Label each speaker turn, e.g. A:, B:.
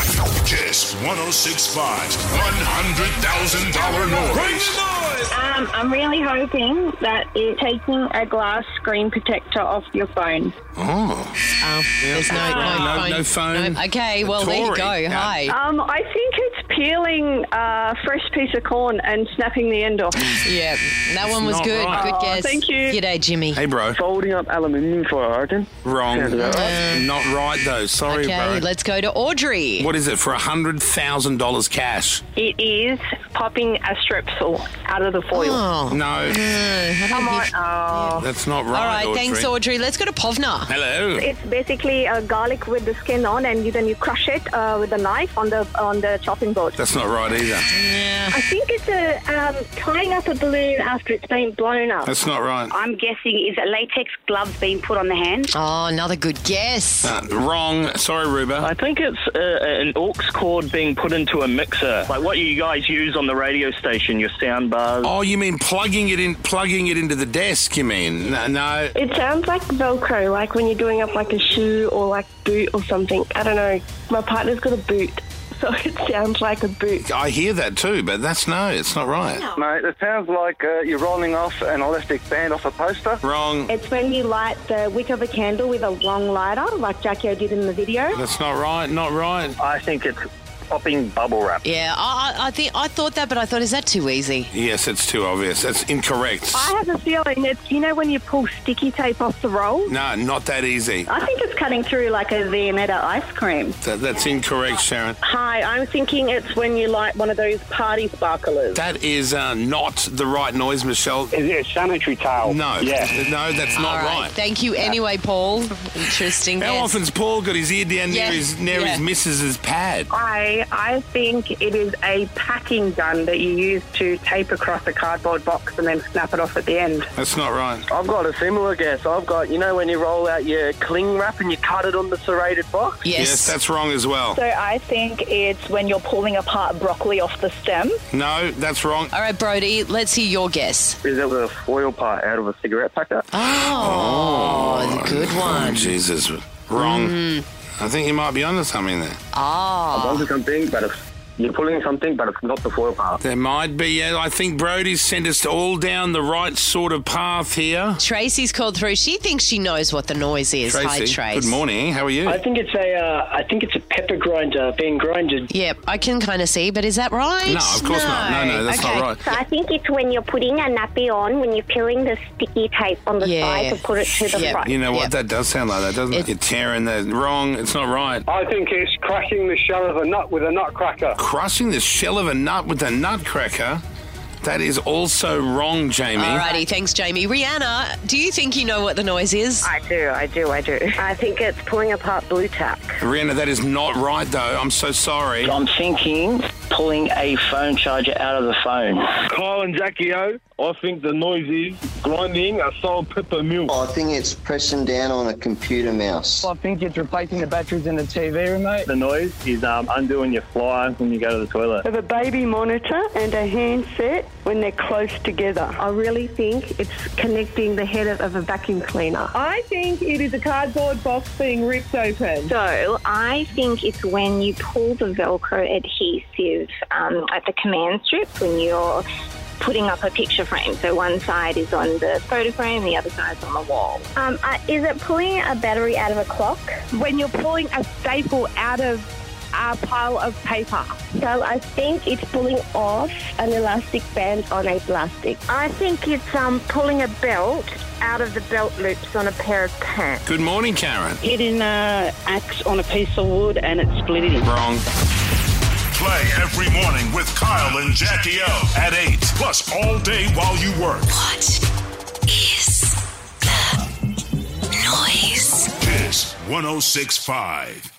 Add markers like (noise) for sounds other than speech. A: Kiss 1065's $100,000 noise.
B: Um, I'm really hoping that it's taking a glass screen protector off your phone.
C: Oh, there's no,
D: No,
C: no, phone.
D: no phone.
C: Okay, well, there you
D: Tory.
C: go.
D: Yeah.
C: Hi.
E: Um, I think it's peeling a fresh piece of corn and snapping the end off.
C: Yeah, that one was
D: not
C: good.
D: right.
C: Good
E: Oh,
C: guess.
E: thank you.
C: G'day, Jimmy.
D: Hey, bro.
F: Folding up aluminium foil, I reckon.
D: Wrong.
F: Sounds about right.
D: Not right, though. Sorry,
C: Uh, okay,
D: bro.
C: let's go to Audrey.
D: What is it for $100,000 cash?
E: It is popping a strepsil out of the foil.
C: Oh,
D: No,
C: come on.
D: that's not right.
C: All right,
D: Audrey.
C: thanks, Audrey. Let's go to Povna.
D: Hello.
G: It's basically uh, garlic with the skin on, and you, then you crush it uh, with a knife on the on the chopping board.
D: That's not right either.
G: I think it's a um, tying up a balloon after it's been blown up.
D: That's not right.
H: I'm guessing is a latex gloves being put on the hand?
C: Oh, another good guess.
D: Uh, wrong. Sorry, Ruba.
I: I think it's uh, an aux cord being put into a mixer, like what you guys use on the radio station, your sound bars.
D: Oh, you mean plugging it in, plugging it into the desk? You mean? No, no.
J: It sounds like Velcro, like when you're doing up like a shoe or like boot or something. I don't know. My partner's got a boot, (laughs) so it sounds like a boot.
D: I hear that too, but that's no. It's not right.
F: Mate, it sounds like uh, you're rolling off an elastic band off a poster.
D: Wrong.
G: It's when you light the wick of a candle with a long lighter, like Jackie O did in the video.
D: That's not right. Not right.
I: I think it's popping bubble wrap.
C: Yeah, I, I, I think I thought that, but I thought, is that too easy?
D: Yes, it's too obvious. That's incorrect.
G: I have a feeling it's you know when you pull sticky tape off the roll.
D: No, not that easy.
H: I think it's cutting through like a Viennetta ice cream.
D: That, that's incorrect, Sharon.
B: Hi, I'm thinking it's when you light one of those party sparklers.
D: That is uh, not the right noise, Michelle.
F: Is it a sanitary towel?
D: No. No, that's
C: All
D: not
C: right.
D: right.
C: Thank you anyway, Paul. Interesting.
D: How
C: guess.
D: often's Paul got his ear down
C: Yeah,
D: near his near
C: yeah.
D: his missus's pad?
B: I I think it is a packing gun that you use to tape across a cardboard box and then snap it off at the end.
D: That's not right.
F: I've got a similar guess. I've got, you know, when you roll out your cling wrap and you cut it on the serrated box?
C: Yes.
D: Yes, that's wrong as well.
G: So I think it's when you're pulling apart broccoli off the stem.
D: No, that's wrong.
C: All right, Brody. Let's hear your guess.
F: Is it the foil part out of a cigarette packer?
I: Ah.
C: Oh, good
D: Oh,
C: one. Mm.
D: Jesus. Wrong. I think you might be onto something there.
C: Ah,
F: Onto something, but it's, you're pulling something, but it's not the foil part.
D: There might be. Yeah, I think Brody's sent us all down the right sort of path here.
C: Tracy's called through. She thinks she knows what the noise is. Hi, Trace.
D: Good morning. How are you?
I: I think it's a, uh, I think it's a pepper grinder being grinded.
C: Yep, I can kind of see, but is that right?
D: no, of course not. No, no, that's
C: Okay.
D: not right.
G: So I think it's when you're putting a nappy on, when you're peeling the sticky tape on the
C: Yeah.
G: side to put it to the
C: Yeah.
G: front.
D: You know what?
C: Yep.
D: That does sound like that, doesn't it?
C: It-
D: You're tearing the wrong. It's not right.
F: I think it's cracking the shell of a nut with a nutcracker.
D: Crushing the shell of a nut with a nutcracker. That is also wrong, Jamie.
C: Alrighty, thanks, Jamie. Rihanna, do you think you know what the noise is?
B: I do, I do, I do. I think it's pulling apart blue tack.
D: Rihanna, that is not right, though. I'm so sorry.
I: I'm thinking pulling a phone charger out of the phone.
F: Kyle and Jackie O, I think the noise is grinding a salt pepper milk.
I: Oh,
J: I think it's pressing down on a computer mouse.
I: I think it's replacing the batteries in the TV remote. The noise is um, undoing your fly when you go to the toilet.
E: Of a baby monitor and a handset when they're close together.
J: I really think it's connecting the head of, a vacuum cleaner.
B: I think it is a cardboard box being ripped open.
G: So I think it's when you pull the Velcro adhesive um, at the command strip when you're putting up a picture frame. So one side is on the photo frame, the other side's on the wall. Um, uh, is it pulling a battery out of a clock?
B: When you're pulling a staple out of a pile of paper.
J: So I think it's pulling off an elastic band on a plastic.
B: I think it's um, pulling a belt out of the belt loops on a pair of pants.
D: Good morning, Karen.
B: Getting an uh, axe on a piece of wood and it's splitting.
D: Wrong.
A: Play every morning with Kyle and Jackie O at 8. Plus all day while you work.
K: What is the noise?
A: oh Kiss 1065.